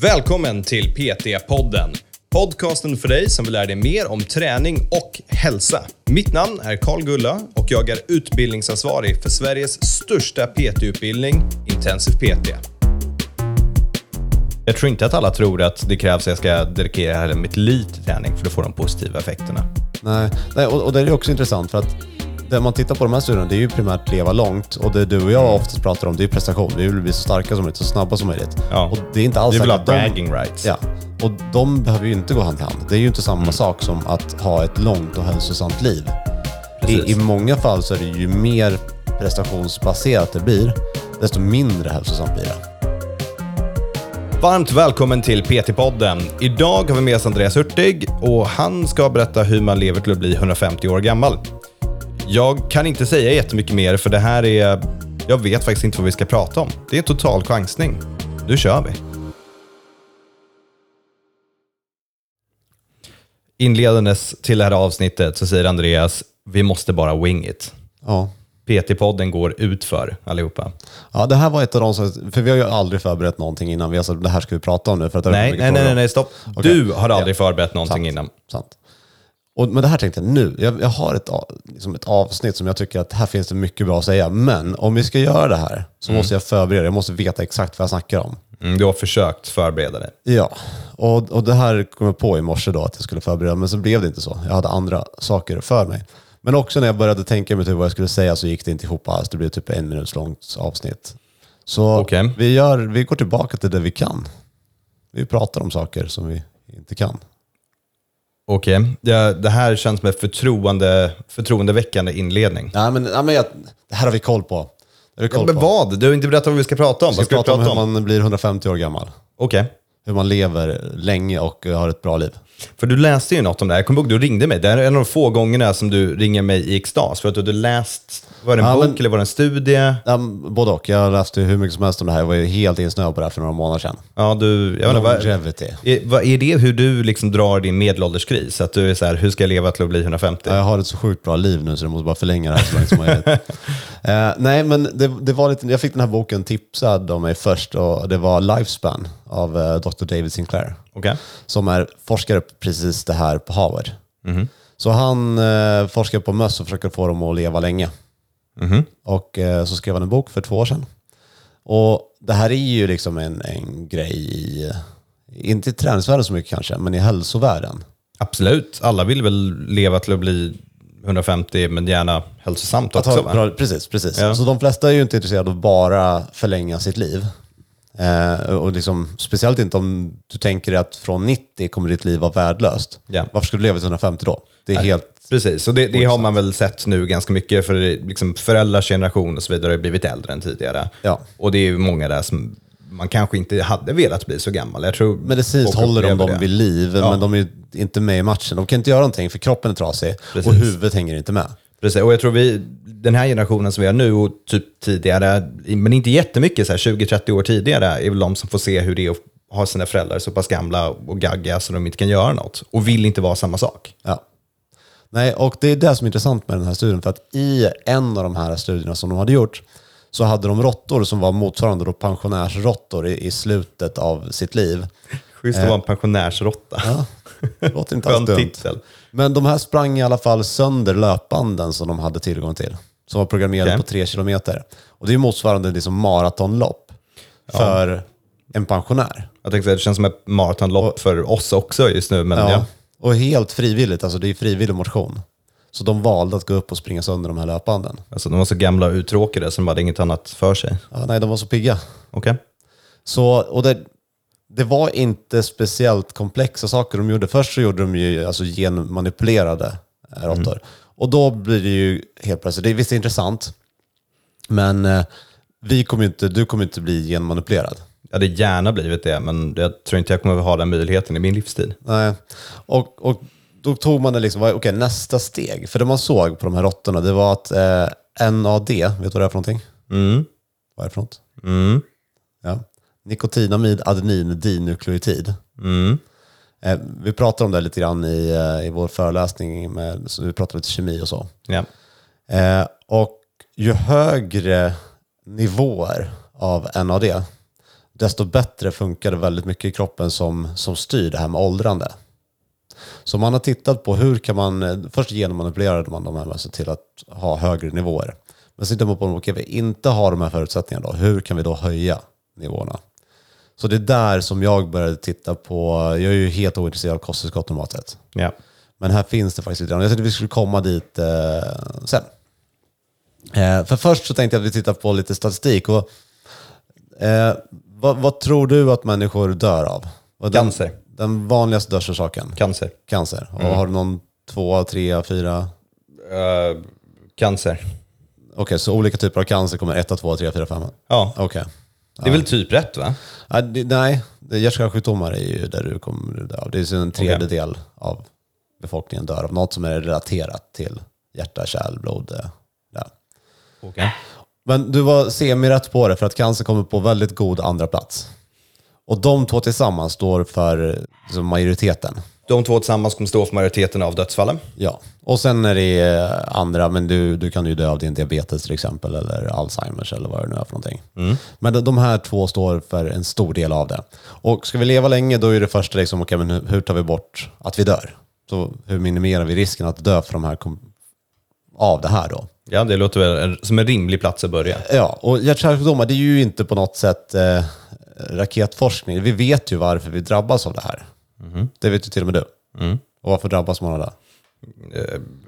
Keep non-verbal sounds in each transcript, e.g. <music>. Välkommen till PT-podden. Podcasten för dig som vill lära dig mer om träning och hälsa. Mitt namn är Karl Gulla och jag är utbildningsansvarig för Sveriges största PT-utbildning, Intensiv PT. Jag tror inte att alla tror att det krävs att jag ska dedikera hela mitt liv till träning för att få de positiva effekterna. Nej, Nej och, och det är också intressant för att det man tittar på de här studierna, det är ju primärt leva långt och det du och Mm. jag oftast pratar om, det är ju prestation. Vi vill bli så starka som möjligt, så snabba som möjligt. Ja. Och det är inte alls Vi vill ha säkert att de- bragging rights. Mm. Ja, och de behöver ju inte gå hand i hand. Det är ju inte samma sak som att ha ett långt och hälsosamt liv. I, I många fall så är det ju mer prestationsbaserat det blir, desto mindre hälsosamt blir det. Varmt välkommen till PT-podden. Idag har vi med oss Andreas Hurtig och han ska berätta hur man lever till att bli 150 år gammal. Jag kan inte säga jättemycket mer för det här är... Jag vet faktiskt inte vad vi ska prata om. Det är en total chansning. Nu kör vi. Inledandes till det här avsnittet så säger Andreas, vi måste bara wing it. Ja. PT-podden går utför allihopa. Ja, det här var ett av de som... För vi har ju aldrig förberett någonting innan. Vi har sagt det här ska vi prata om nu. För att det har varit Nej, nej, mycket nej, frågor nej, om. nej stopp. Okej. Du har aldrig förberett någonting Sant. innan. Sant. Och, men det här tänkte jag nu. Jag, jag har ett, a- liksom ett avsnitt som jag tycker att här finns det mycket bra att säga. Men om vi ska göra det här så måste jag förbereda. Jag måste veta exakt vad jag snackar om. Mm, du har försökt förbereda dig. Ja, och, och det här kom jag på i morse då att jag skulle förbereda, men så blev det inte så. Jag hade andra saker för mig. Men också när jag började tänka mig typ vad jag skulle säga så gick det inte ihop alls. Det blev typ en minuts långt avsnitt. Så Okej. vi, gör, vi går tillbaka till det vi kan. Vi pratar om saker som vi inte kan. Okej, det, det här känns som en förtroende, förtroendeväckande inledning. Nej, men, nej, men jag, det här har vi koll på. Det har vi koll Men på. vad? Du har inte berättat vad vi ska prata om. Vi Vad ska prata om hur man blir 150 år gammal. Okej, Hur man lever länge och eh, har ett bra liv. för du läste ju något om det här. Jag kommer ihåg, du ringde mig. Det här är en av de få gångerna som du ringer mig i extas. För att du hade läst, var det en Ja, bok men- eller var det en studie? Um, både och. Jag läste ju hur mycket som helst om det här. Jag var ju helt insnöad på det här för några månader sedan. Ja, du, jag vet inte, vad, Longevity. är, vad, är det hur du liksom drar din medelålderskris? Att du är så här, hur ska jag leva till att bli 150? Ja, Jag har ett så sjukt bra liv nu så jag måste bara förlänga det här så länge som möjligt. Eh, nej, men det, det var lite, jag fick den här boken tipsad av mig först och det var Lifespan av eh, Dr. David Sinclair Okej. som är forskare på precis det här på Harvard. Så han eh, forskar på möss och försöker få dem att leva länge. Och eh, så skrev han en bok för två år sedan. Och det här är ju liksom en, en grej i, inte i träningsvärlden så mycket kanske, men i hälsovärlden. Absolut, alla vill väl leva till att bli 150, men gärna hälsosamt Att också. ha va? ett bra, precis, precis. Ja. Så de flesta är ju inte intresserade av att bara förlänga sitt liv. Eh, och liksom, speciellt inte om du tänker dig att från 90 kommer ditt liv vara värdelöst. Ja. Varför skulle du leva till 150 då? Det är helt Precis, och det, det har man väl sett nu ganska mycket för det- liksom föräldrars generation och så vidare har ju blivit äldre än tidigare. Ja. Och det är ju många där som man kanske inte hade velat bli så gammal. Jag tror Medicinskt folk håller de upplever dem det. vid liv, Ja. men de är ju inte med i matchen. De kan inte göra någonting för kroppen är trasig Precis. och huvudet hänger inte med. Precis, och jag tror vi, den här generationen som vi har nu och typ tidigare, men inte jättemycket, så här 20-30 år tidigare, är väl de som får se hur det är att ha sina föräldrar så pass gamla och gagga så de inte kan göra något. Och vill inte vara samma sak. Ja. Nej, och det är det som är intressant med den här studien, för att i en av de här studierna som de hade gjort så hade de råttor som var motsvarande då pensionärsråttor i, i slutet av sitt liv. Schysst att vara en pensionärsrotta. Ja, det låter inte alls Skön dumt. titel. Men de här sprang i alla fall sönder löpbanden som de hade tillgång till, som var programmerade Okej. på tre kilometer. Och det är motsvarande liksom maratonlopp för en pensionär. Jag tänkte säga, det känns som ett maratonlopp för oss också just nu. Men Ja. ja. Och helt frivilligt, alltså det är frivillig motion. Så de valde att gå upp och springa sönder de här löpbanden. Alltså, de var så gamla och uttråkade så de hade inget annat för sig. Ja, nej, de var så pigga. Okej. Så, och det, det var inte speciellt komplexa saker de gjorde. Först så gjorde de ju alltså, genmanipulerade eh, råttor. Och då blir det ju helt plötsligt, det är visst intressant, men eh, vi kommer ju inte, du kommer inte bli genmanipulerad. Jag hade gärna blivit det, men jag tror inte jag kommer ha den möjligheten i min livstid. Nej. Och, och då tog man det liksom, vad- okej nästa steg. För det man såg på de här råttorna, det var att eh, NAD, vet du vad det är för någonting? Mm. Vad är det för något? Mm. Ja. Nikotinamid, adenin, dinukleotid. Mm. Eh, vi pratar om det lite grann i, eh, i vår föreläsning, med, så vi pratar lite kemi och så. Ja. Eh, och ju högre nivåer av NAD, desto bättre funkar det väldigt mycket i kroppen som, som styr det här med åldrande. Så man har tittat på hur kan man, eh, först genmanipulerade man de här människorna till att ha högre nivåer. Men så tittar man på om okej, vi inte har de här förutsättningarna då, hur kan vi då höja nivåerna? Så det är där som jag började titta på, jag är ju helt ointresserad av kosttillskott normalt sett. Ja. Men här finns det faktiskt lite grann. Jag tänkte att vi skulle komma dit eh, sen. Eh, för först så tänkte jag att vi tittar på lite statistik. Och, eh, vad, vad tror du att människor dör av? Och den, Cancer. Den vanligaste dödsorsaken? Cancer. Cancer. Och har du någon två, tre, fyra? Eh, cancer. Okej, så olika typer av cancer kommer ett, två, tre, fyra, fem. Ja, Okej. det är väl typ rätt va? Ja, det- Nej, det- hjärt-kärlsjukdomar är ju där du kommer dö av. Det är så en tredjedel av befolkningen dör av något som är relaterat till hjärta, kärl, blod. eh, där. Håkan? Men du var semi-rätt på det för att cancer kommer på väldigt god andra plats. Och de två tillsammans står för eh, liksom, majoriteten. De två tillsammans kommer stå för majoriteten av dödsfallen. Ja. Och sen är det eh, andra, men du, du kan ju dö av din diabetes till exempel eller Alzheimers eller vad det nu är för någonting. Men de- de här två står för en stor del av det. Och ska vi leva länge då är det första liksom, okej, men hur- hur tar vi bort att vi dör? Så hur minimerar vi risken att dö för de här kom- av det här då? Ja, det låter väl en- som en rimlig plats att börja. Ja, och hjärt-kärlsjukdomar det är ju inte på något sätt eh, raketforskning. Vi vet ju varför vi drabbas av det här. Mhm. Det vet ju till och med du. Mm. Och varför drabbas man av det?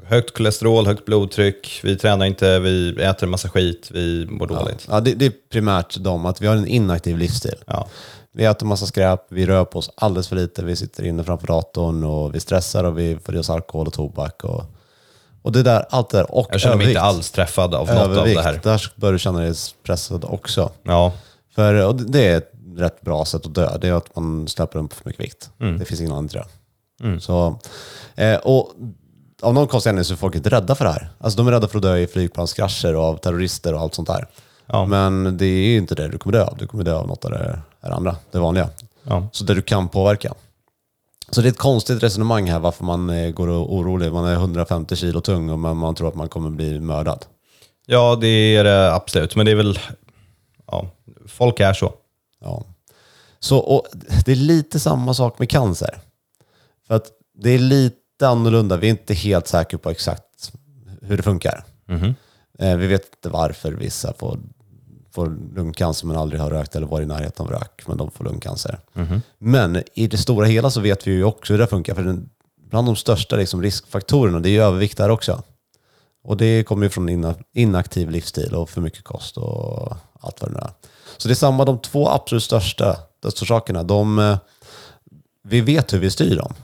Högt kolesterol, högt blodtryck, vi tränar inte, vi äter en massa skit, vi mår dåligt. Ja, det, det är primärt de, att vi har en inaktiv livsstil. Ja. Vi äter massa skräp, vi rör på oss alldeles för lite, vi sitter inne framför datorn och vi stressar och vi får i oss alkohol och tobak. Och, och det där, allt det där och Jag känner mig övervikt. inte alls träffad av något av övervikt. det här. Där börjar du känna dig pressad också. Ja, För, och det- det är ett rätt bra sätt att dö. Det är att man släpper upp för mycket vikt. Det finns ingen annan till det. Så, eh, och av någon konstig anledning så är folk inte rädda för det här. Alltså de är rädda för att dö i flygplanskrascher och av terrorister och allt sånt där. Ja. Men det är ju inte det du kommer dö av. Du kommer dö av något av det här andra, det vanliga. ja. Så det du kan påverka. Så det är ett konstigt resonemang här varför man eh, går och är orolig. Man är 150 kilo tung och man, man tror att man kommer bli mördad. ja det är det absolut. Men det är väl, ja, folk är så. Ja. Så, och det är lite samma sak med cancer. För att det är lite annorlunda. Vi är inte helt säkra på exakt hur det funkar. Eh, Vi vet inte varför vissa får, får lungcancer men aldrig har rökt eller varit i närheten av rök, men de får lungcancer. Men i det stora hela så vet vi ju också hur det funkar. För den, bland de största liksom riskfaktorerna, det är ju övervikt där också. Och det kommer ju från ina- inaktiv livsstil och för mycket kost och allt vad det nu är. Så det är samma, de två absolut största dödsorsakerna, de, eh, vi vet hur vi styr dem.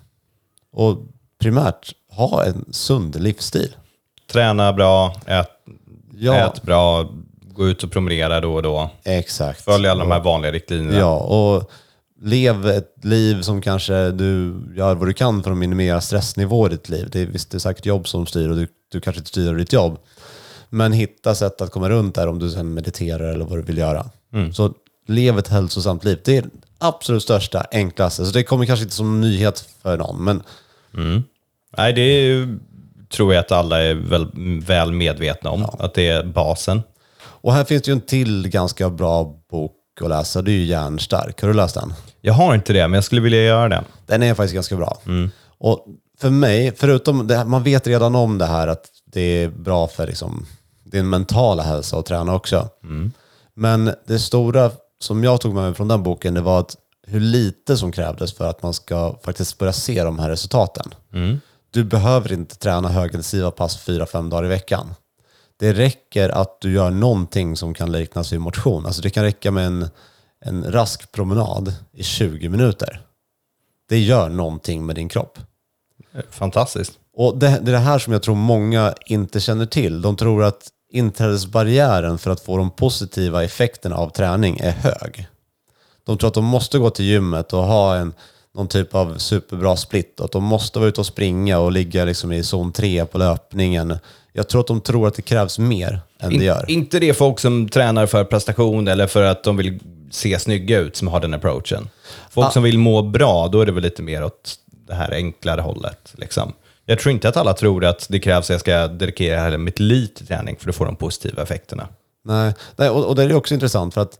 Och primärt, ha en sund livsstil. Träna bra, ät, Ja, ät bra, gå ut och promenera då och då. exakt. Följ alla de här vanliga riktlinjerna. Ja, och lev ett liv som kanske du gör vad du kan för att minimera stressnivåer i ditt liv. Det är, visst, det är säkert jobb som styr och du, du kanske inte styr över ditt jobb. Men hitta sätt att komma runt där om du sen mediterar eller vad du vill göra. Så lev ett hälsosamt liv. Det är det absolut största, enklaste. Så det kommer kanske inte som en nyhet för någon, men Nej, det är, ju- tror jag att alla är väl, väl medvetna om, att det är basen. Och här finns det ju en till ganska bra bok att läsa. Det är ju Hjärnstark. Har du läst den? Jag har inte det, men jag skulle vilja göra det. Den är faktiskt ganska bra. Och för mig, förutom det här, man vet redan om det här att det är bra för liksom, din mentala hälsa att träna också. Men det stora som jag tog med mig från den boken, det var att hur lite som krävdes för att man ska faktiskt börja se de här resultaten. Du behöver inte träna högintensiva pass fyra fem dagar i veckan. Det räcker att du gör någonting som kan liknas vid motion. Alltså det kan räcka med en, en rask promenad i 20 minuter det gör någonting med din kropp. Fantastiskt. Och det, det är det här som jag tror många inte känner till. De tror att inträdesbarriären för att få de positiva effekterna av träning är hög. De tror att de måste gå till gymmet och ha en, någon typ av superbra split. Och att de måste vara ute och springa och ligga liksom i zon 3 på löpningen. Jag tror att de tror att det krävs mer än det gör. inte det folk som tränar för prestation eller för att de vill se snygga ut som har den approachen. Ah. Folk som vill må bra, då är det väl lite mer åt det här enklare hållet. Liksom. Jag tror inte att alla tror att det krävs att jag ska dedikera hela mitt liv till träning för att få de positiva effekterna. Nej, nej och, och det är ju också intressant för att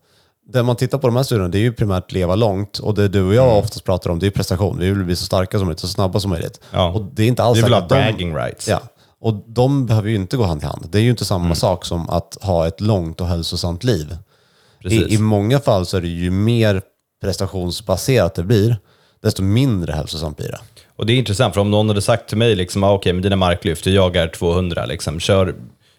det man tittar på de här studierna, det är ju primärt leva långt. Och det du och jag Mm. oftast pratar om, det är ju prestation. Vi vill bli så starka som möjligt, så snabba som möjligt. Ja. Och det är inte alls Vi vill ha säkert att de- bragging rights. Mm. Ja. Och de behöver ju inte gå hand i hand. Det är ju inte samma sak som att ha ett långt och hälsosamt liv. Precis. I, I många fall så är det ju mer prestationsbaserat det blir, desto mindre hälsosamt blir det. Och det är intressant, för om någon hade sagt till mig, liksom, ah, okej, men dina marklyft, du jagar 200, liksom, kör.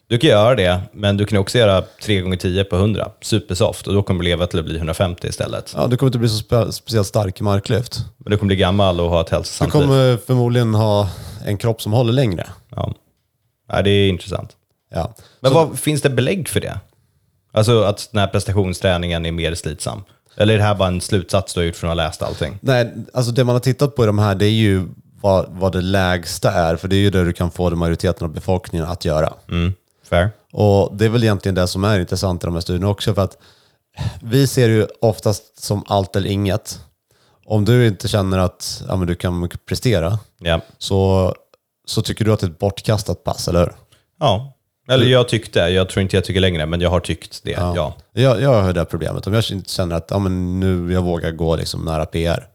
Du kan göra det, men du kan också göra 3x10 på 100, supersoft, och då kommer du leva till att bli 150 istället. Ja, du kommer inte bli så spe, speciellt stark i marklyft. Men du kommer bli gammal och ha ett Du hälsosamt liv. kommer förmodligen ha en kropp som håller längre. Ja. Ja, det är intressant. Ja. Men vad, finns det belägg för det? Alltså att den här prestationsträningen är mer slitsam? Eller är det här bara en slutsats du har gjort från att ha läst allting? Nej, alltså det man har tittat på i de här, det är ju vad, vad det lägsta är, för det är ju det du kan få den majoriteten av befolkningen att göra. Mm. Fair. Och det är väl egentligen det som är intressant i de här studierna också, för att vi ser ju oftast som allt eller inget. Om du inte känner att ja, men du kan prestera, Ja. så, så tycker du att det är ett bortkastat pass, eller hur? ja. Eller jag tyckte, jag tror inte jag tycker längre, men jag har tyckt det. Ja. Jag, jag har det här problemet. Om jag inte känner att ja, men nu jag vågar gå liksom nära PR,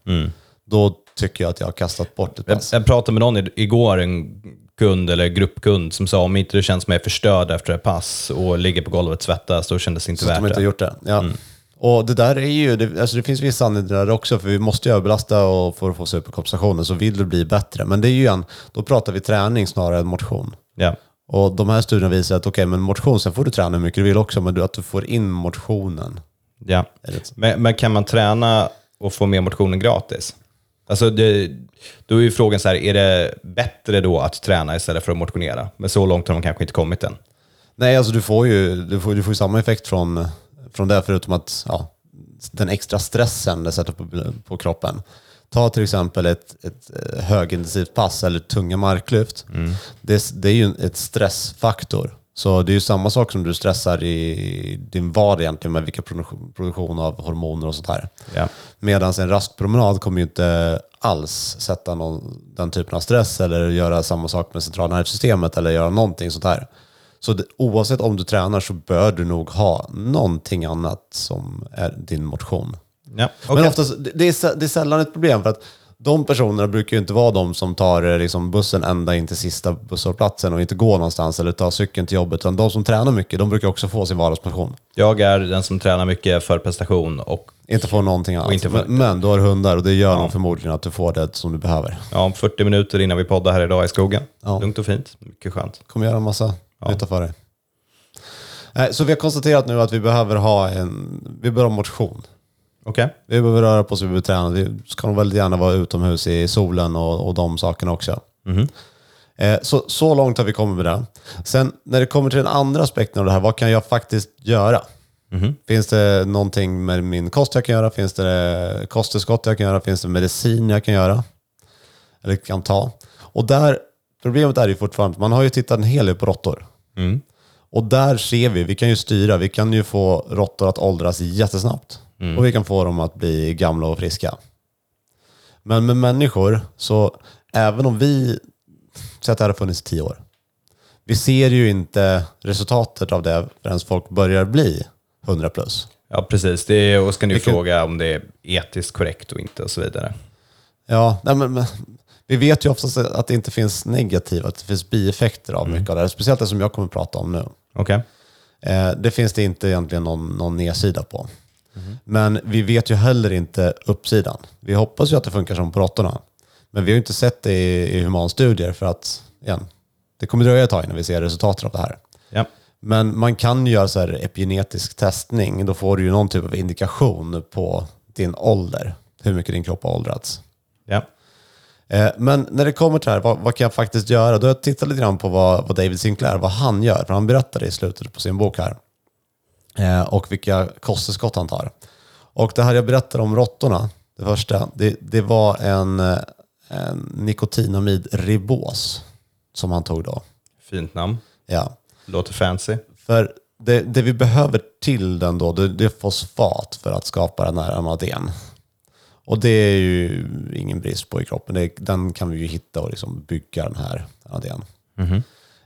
då tycker jag att jag har kastat bort ett Jag, pass. jag pratade med någon i- igår, en kund eller gruppkund, som sa om inte du känns mer förstörd efter ett pass och ligger på golvet och svettas, då kändes det inte Så att värt de inte har det. Mm. gjort det. Ja. Och det där är ju, det, alltså det finns viss sanning där också, för vi måste ju överbelasta och för att få superkompensationen så vill du bli bättre. Men det är ju en, då pratar vi träning snarare än motion. Ja. Och de här studierna visar att okej, men motion, sen får du träna hur mycket du vill också, men du, att du får in motionen. Ja. Är det så? Men, men kan man träna och få med motionen gratis? Alltså det, då är ju frågan så här, är det bättre då att träna istället för att motionera? Men så långt har de kanske inte kommit än. Nej, alltså du får ju, du får, du får ju samma effekt från, från det, förutom att ja, den extra stressen det sätter på, på kroppen. Ta till exempel ett, ett eh, högintensivt pass eller tunga marklyft. Det, det är ju en- ett stressfaktor. Så det är ju samma sak som du stressar i din vardag egentligen med vilka produktion, produktion av hormoner och sånt här. Ja. Medan en rastpromenad kommer ju inte alls sätta någon, den typen av stress eller göra samma sak med centrala nervsystemet eller göra någonting sånt här. Så det, oavsett om du tränar så bör du nog ha någonting annat som är din motion. Ja, okej. Men oftast, det- det, är, sä- det är sällan ett problem för att de personerna brukar ju inte vara de som tar eh, liksom, bussen ända in till sista busshållplatsen och inte går någonstans eller tar cykeln till jobbet. Utan de som tränar mycket, de brukar också få sin vardagsmotion. Jag är den som tränar mycket för prestation och Inte få någonting alls. inte få- men, men du har hundar och det gör nog förmodligen att du får det som du behöver. ja, om 40 minuter innan vi poddar här idag i skogen. Ja. Lugnt och fint, mycket skönt. kommer göra en massa nytta för dig. Nej, Så vi har konstaterat nu att vi behöver ha en, vi behöver ha motion. Okej, Vi behöver röra på oss, vi behöver träna. Vi ska nog väldigt gärna vara utomhus i solen och, och de sakerna också. Eh, Så, så långt har vi kommit med det. Sen när det kommer till den andra aspekten av det här, vad kan jag faktiskt göra? Finns det någonting med min kost jag kan göra? Finns det kosttillskott jag kan göra? Finns det medicin jag kan göra? Eller kan ta? Och där, problemet är ju fortfarande, man har ju tittat en hel del på råttor. Och där ser vi, vi kan ju styra, vi kan ju få råttor att åldras jättesnabbt. Och vi kan få dem att bli gamla och friska. Men med människor, så även om vi, säg att det här har funnits i tio år. Vi ser ju inte resultatet av det förrän folk börjar bli 100 plus. ja precis. Det är, och ska ni Vilken- fråga om det är etiskt korrekt och inte och så vidare. Ja, nej men, men, vi vet ju oftast att det inte finns negativa, att det finns bieffekter av mycket av det här. Speciellt det som jag kommer att prata om nu. Okej, Eh, det finns det inte egentligen någon, någon nedsida på. Men vi vet ju heller inte uppsidan. Vi hoppas ju att det funkar som på råttorna. Men vi har ju inte sett det i, i humanstudier för att, igen, det kommer dröja ett tag innan vi ser resultatet av det här. ja. Men man kan ju göra så här epigenetisk testning. Då får du ju någon typ av indikation på din ålder, hur mycket din kropp har åldrats. ja. Eh, Men när det kommer till det här, vad, vad kan jag faktiskt göra? Då har jag tittat lite grann på vad, vad David Sinclair, vad han gör. För han berättade i slutet på sin bok här. Eh, Och vilka kosttillskott han tar. Och det här jag berättade om råttorna, det första, det, det var en, eh, en nikotinamid ribos som han tog då. Fint namn, Ja. låter fancy. För det, det vi behöver till den då, det, det är fosfat för att skapa den här amaden. Och det är ju ingen brist på i kroppen. Det, den kan vi ju hitta och liksom bygga den här amaden.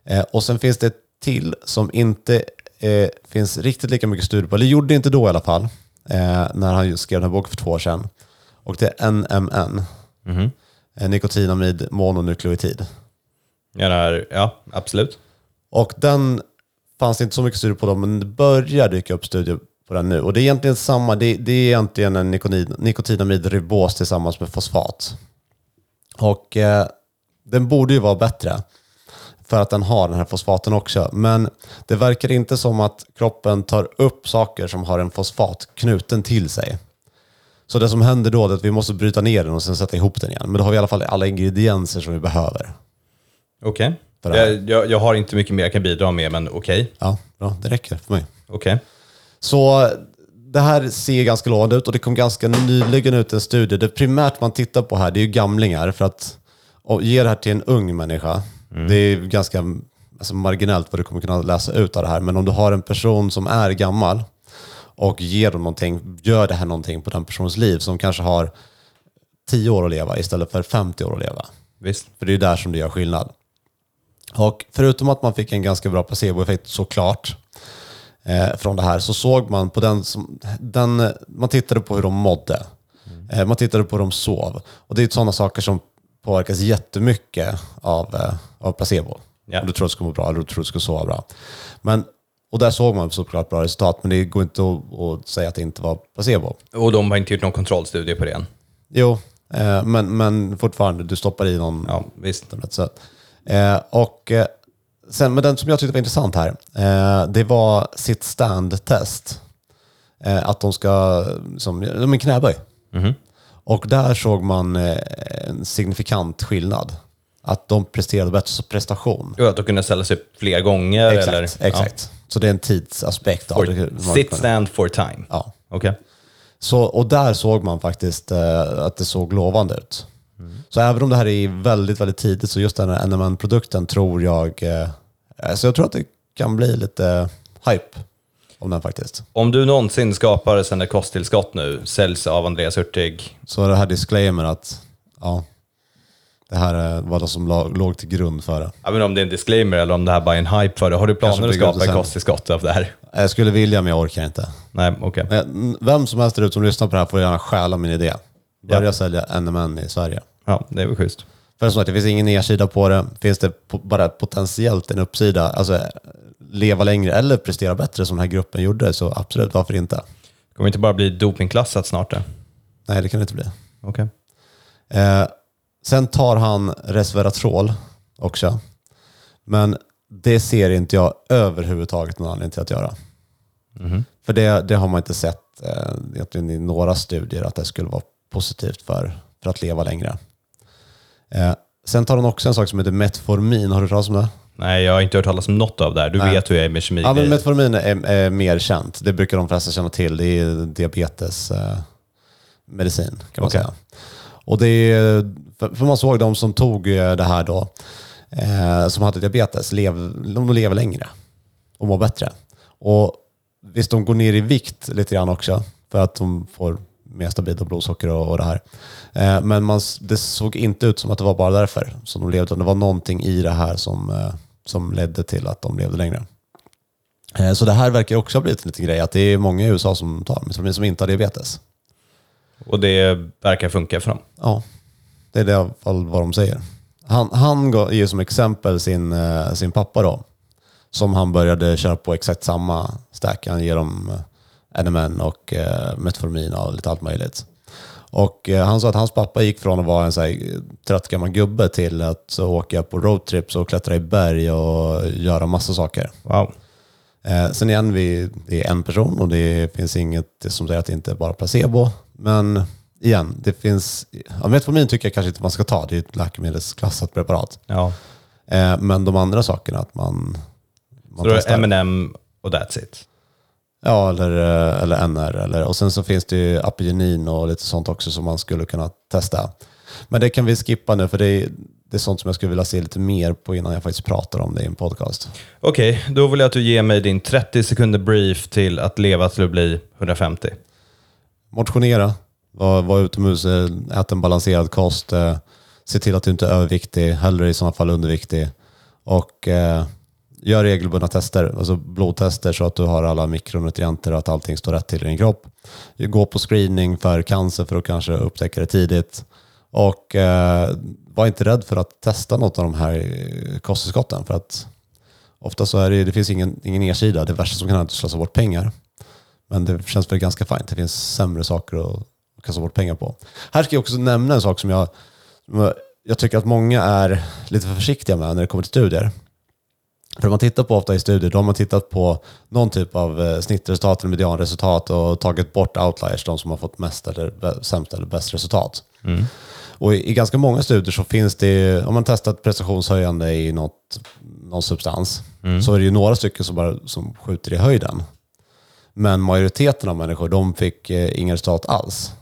Eh, och sen finns det ett till som inte eh, finns riktigt lika mycket studier på, eller gjorde inte då i alla fall. eh, när han just skrev den här boken för två år sedan. Och det är NMN, Mhm. eh, nikotinamid mononukleotid. Ja, det här, ja, absolut. Och den fanns det inte så mycket studier på då, men det börjar dyka upp studier på den nu. Och det är egentligen samma, det, det är egentligen en nikotin, nikotinamidribos tillsammans med fosfat. Och eh, den borde ju vara bättre för att den har den här fosfaten också. Men det verkar inte som att kroppen tar upp saker som har en fosfat knuten till sig. Så det som händer då är att vi måste bryta ner den och sen sätta ihop den igen. Men då har vi i alla fall alla ingredienser som vi behöver. Okej. För det här. Jag, jag, jag har inte mycket mer jag kan bidra med, men okej. Ja, bra. Det räcker för mig. Okej. Så det här ser ganska lovande ut och det kom ganska nyligen ut en studie. Det primärt man tittar på här det är ju gamlingar för att och ge det här till en ung människa. Det är ju ganska alltså, marginellt vad du kommer kunna läsa ut av det här. Men om du har en person som är gammal och ger dem någonting, gör det här någonting på den personens liv som kanske har 10 år att leva istället för 50 år att leva. Visst. För det är ju där som det gör skillnad. Och förutom att man fick en ganska bra placeboeffekt såklart eh, från det här så såg man på den som, den, man tittade på hur de mådde. Eh, man tittade på hur de sov. Och det är ju sådana saker som påverkas jättemycket av, eh, av placebo. Ja. Om du tror att du ska må bra eller om du tror att du ska sova bra. Men, och där såg man såklart bra resultat, men det går inte att, att säga att det inte var placebo. Och de har inte gjort någon kontrollstudie på det än. Jo, eh, men, men fortfarande, du stoppar i någon Ja, visst. på något sätt. Eh, och eh, sen, men den som jag tyckte var intressant här, eh, det var sitt stand-test. Eh, att de ska, som, de en knäböj. Mhm. Och där såg man eh, en signifikant skillnad. Att de presterade bättre så prestation. Och att de kunde ställa sig upp fler gånger. eller, Exakt, exakt. Så det är en tidsaspekt. Ja. Av For, det, sit, stand, for time. ja. Okej. Så, och där såg man faktiskt eh, att det såg lovande ut. Så även om det här är väldigt, väldigt tidigt så just den här NMN-produkten tror jag... Eh, så jag tror att det kan bli lite hype om den faktiskt. Om du någonsin skapar sen ett kosttillskott nu, säljs av Andreas Hurtig. Så det här disclaimer att ja, det här eh, var det som la- låg till grund för det. Jag vet inte om det är en disclaimer eller om det här bara är en hype för det. Har du planer Kanske att bygga skapa ett sen. kosttillskott av det här? Jag skulle vilja men jag orkar inte. Nej, okej. Eh, n- Vem som helst där ute som lyssnar på det här får gärna stjäla min idé. Börja Ja. sälja NMN i Sverige. Ja, det är väl schysst. För som sagt, det finns ingen nedsida på det. Finns det po- bara potentiellt en uppsida, alltså eh, leva längre eller prestera bättre som den här gruppen gjorde, så absolut, varför inte? Kommer vi inte bara bli dopingklassat snart? där? Nej, det kan det inte bli. Okej. Eh, sen tar han resveratrol också. Men det ser inte jag överhuvudtaget någon anledning till att göra. För det, det har man inte sett eh, egentligen i några studier att det skulle vara positivt för, för att leva längre. Eh, sen tar han också en sak som heter metformin. Har du hört talas om det? Nej, jag har inte hört talas om något av det här. Du vet hur jag är med kemi. Ja, men metformin är, är mer känt. Det brukar de flesta känna till. Det är diabetesmedicin kan man Okej. säga. Och det är, för för man såg de som tog eh, det här då, eh, som hade diabetes, lev, de lever längre och mår bättre. Och visst, de går ner i vikt lite grann också för att de får mer stabilt blodsocker och, och det här. Eh, men man, s- det såg inte ut som att det var bara därför som de levde, utan det var någonting i det här som, eh, som ledde till att de levde längre. Eh, Så det här verkar också ha blivit en liten grej, att det är många i USA som tar metformin som inte har diabetes. Och det verkar funka för dem. Ja, det är det i alla fall vad de säger. Han, han gav- ger som exempel sin, eh, sin pappa då, som han började köra på exakt samma stack. Han ger dem eh, NMN och eh, Metformin och lite allt möjligt. Och eh, han sa att hans pappa gick från att vara en så här eh, trött gammal gubbe till att så åka på roadtrips och klättra i berg och göra massa saker. Wow. Eh, sen igen, vi, det är en person och det finns inget som säger att det inte är bara placebo. Men igen, det finns... Ja, metformin tycker jag kanske inte man ska ta. Det är ett läkemedelsklassat preparat. Ja. Eh, men de andra sakerna, att man... man Så då är det testar. M&M och that's it. Ja, eller, eh, eller NR. Eller, och sen så finns det ju apigenin och lite sånt också som man skulle kunna testa. Men det kan vi skippa nu, för det är, det är sånt som jag skulle vilja se lite mer på innan jag faktiskt pratar om det i en podcast. Okej, då vill jag att du ger mig din 30 sekunder brief till att leva till att bli 150. motionera, vara var utomhus, eh, ät en balanserad kost, eh, se till att du inte är överviktig, hellre i sådana fall underviktig och eh, Gör regelbundna tester, alltså blodtester så att du har alla mikronutrienter och att allting står rätt till i din kropp. Gå på screening för cancer för att kanske upptäcka det tidigt. Och eh, var inte rädd för att testa något av de här eh, kosttillskotten för att ofta så är det, det finns ingen, ingen nedsida. Det värsta som kan hända är att du slösar bort pengar. Men det känns väl ganska fint. Det finns sämre saker att kasta bort pengar på. Här ska jag också nämna en sak som jag, som jag- jag tycker att många är lite för försiktiga med när det kommer till studier. För om man tittar på ofta i studier, då har man tittat på någon typ av eh, snittresultat eller medianresultat och tagit bort outliers, de som har fått mest eller bä- sämst eller bäst resultat. Och i, i ganska många studier så finns det ju, om man testat prestationshöjande i något, någon substans, så är det ju några stycken som, bara, som skjuter i höjden. Men majoriteten av människor, de fick eh, inga resultat alls.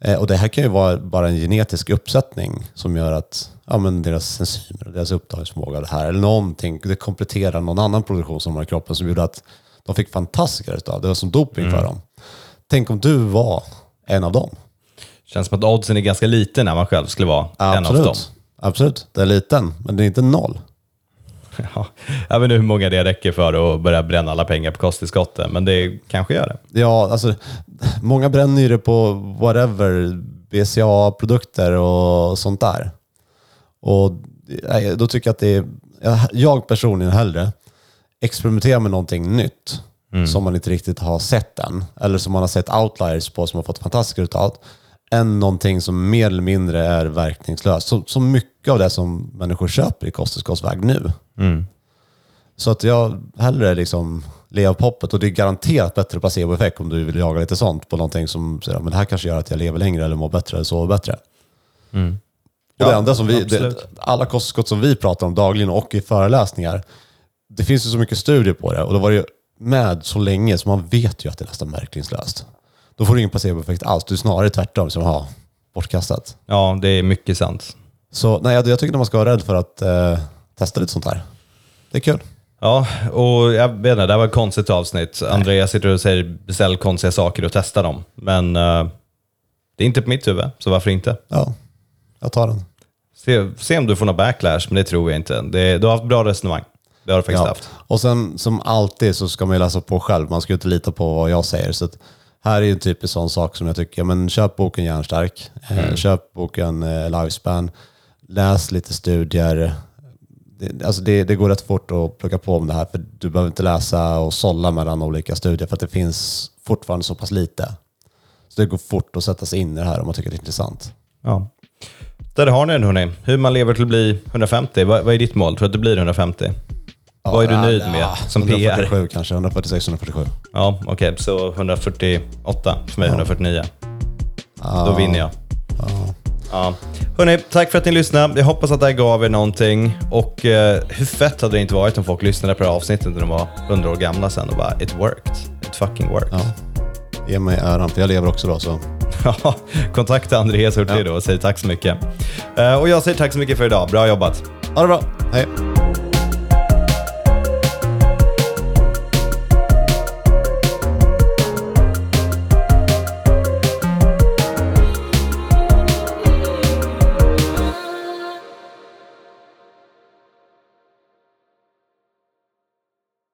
Eh, och det här kan ju vara bara en genetisk uppsättning som gör att ja, men deras enzymer och deras upptagningsförmåga och det här, eller någonting, det kompletterar någon annan produktion som de har i kroppen som gjorde att de fick fantastiska resultat. Det var som doping Mm. för dem. Tänk om du var en av dem. Känns som att oddsen är ganska liten när man själv skulle vara en av dem. <laughs> Absolut. Absolut. Det är liten, men det är inte noll. Ja, jag vet inte hur många det räcker för att börja bränna alla pengar på kosttillskotten, men det kanske gör det. Ja, alltså, många bränner ju det på whatever, BCA-produkter och sånt där. Och eh, då tycker jag att det är, jag- jag personligen hellre experimenterar med någonting nytt som man inte riktigt har sett än, eller som man har sett outliers på som har fått fantastiska resultat, än någonting som mer eller mindre är verkningslöst. Så, så mycket av det som människor köper i kosttillskottsväg nu. Så att jag hellre liksom lever på hoppet och det är garanterat bättre placeboeffekt om du vill jaga lite sånt på någonting som säger men det här kanske gör att jag lever längre eller mår bättre eller sover bättre. Och det Mm. Ja, enda som vi, det, absolut. alla kosttillskott som vi pratar om dagligen och i föreläsningar, det finns ju så mycket studier på det och då var det ju med så länge så man vet ju att det är nästan verkningslöst. Då får du ingen placeboeffekt alls, du är snarare tvärtom som har bortkastat. Ja, det är mycket sant. Så nej, jag, jag tycker att man ska vara rädd för att eh, testa lite sånt här. Det är kul. Ja, och jag vet inte, det här var ett konstigt avsnitt. Andreas sitter och säger beställ konstiga saker och testa dem. Men eh, det är inte på mitt huvud, så varför inte? Ja, jag tar den. Se, se om du får någon backlash, men det tror jag inte. Det, du har haft bra resonemang. Det har du faktiskt haft. Och sen som alltid så ska man ju läsa på själv. Man ska ju inte lita på vad jag säger. Så att här är ju en typisk sån sak som jag tycker, ja, men köp boken Hjärnstark, Mm. eh, köp boken eh, Lifespan, läs lite studier. Det, alltså det, det går rätt fort att plugga på om det här för du behöver inte läsa och sålla mellan olika studier för att det finns fortfarande så pass lite. Så det går fort att sätta sig in i det här om man tycker det är intressant. Ja. Där har ni den hörni. Hur man lever till att bli 150. Vad, vad är ditt mål? Tror du att du blir 150? vad är du Ja, nöjd ja, med som PR? 147 kanske, 146, 147. Ja, okej. Så 148, för mig 149. Då vinner jag. Ja. Hörni, tack för att ni lyssnade. Jag hoppas att det här gav er någonting. Och eh, hur fett hade det inte varit om folk lyssnade på det här avsnittet när de var 100 år gamla sen och bara “It worked. It fucking worked”. Ge mig äran, för jag lever också då. Så. <laughs> Ja. Kontakta Andreas Hurtig då och säg tack så mycket. Eh, och jag säger tack så mycket för idag. Bra jobbat. Ha det bra, hej!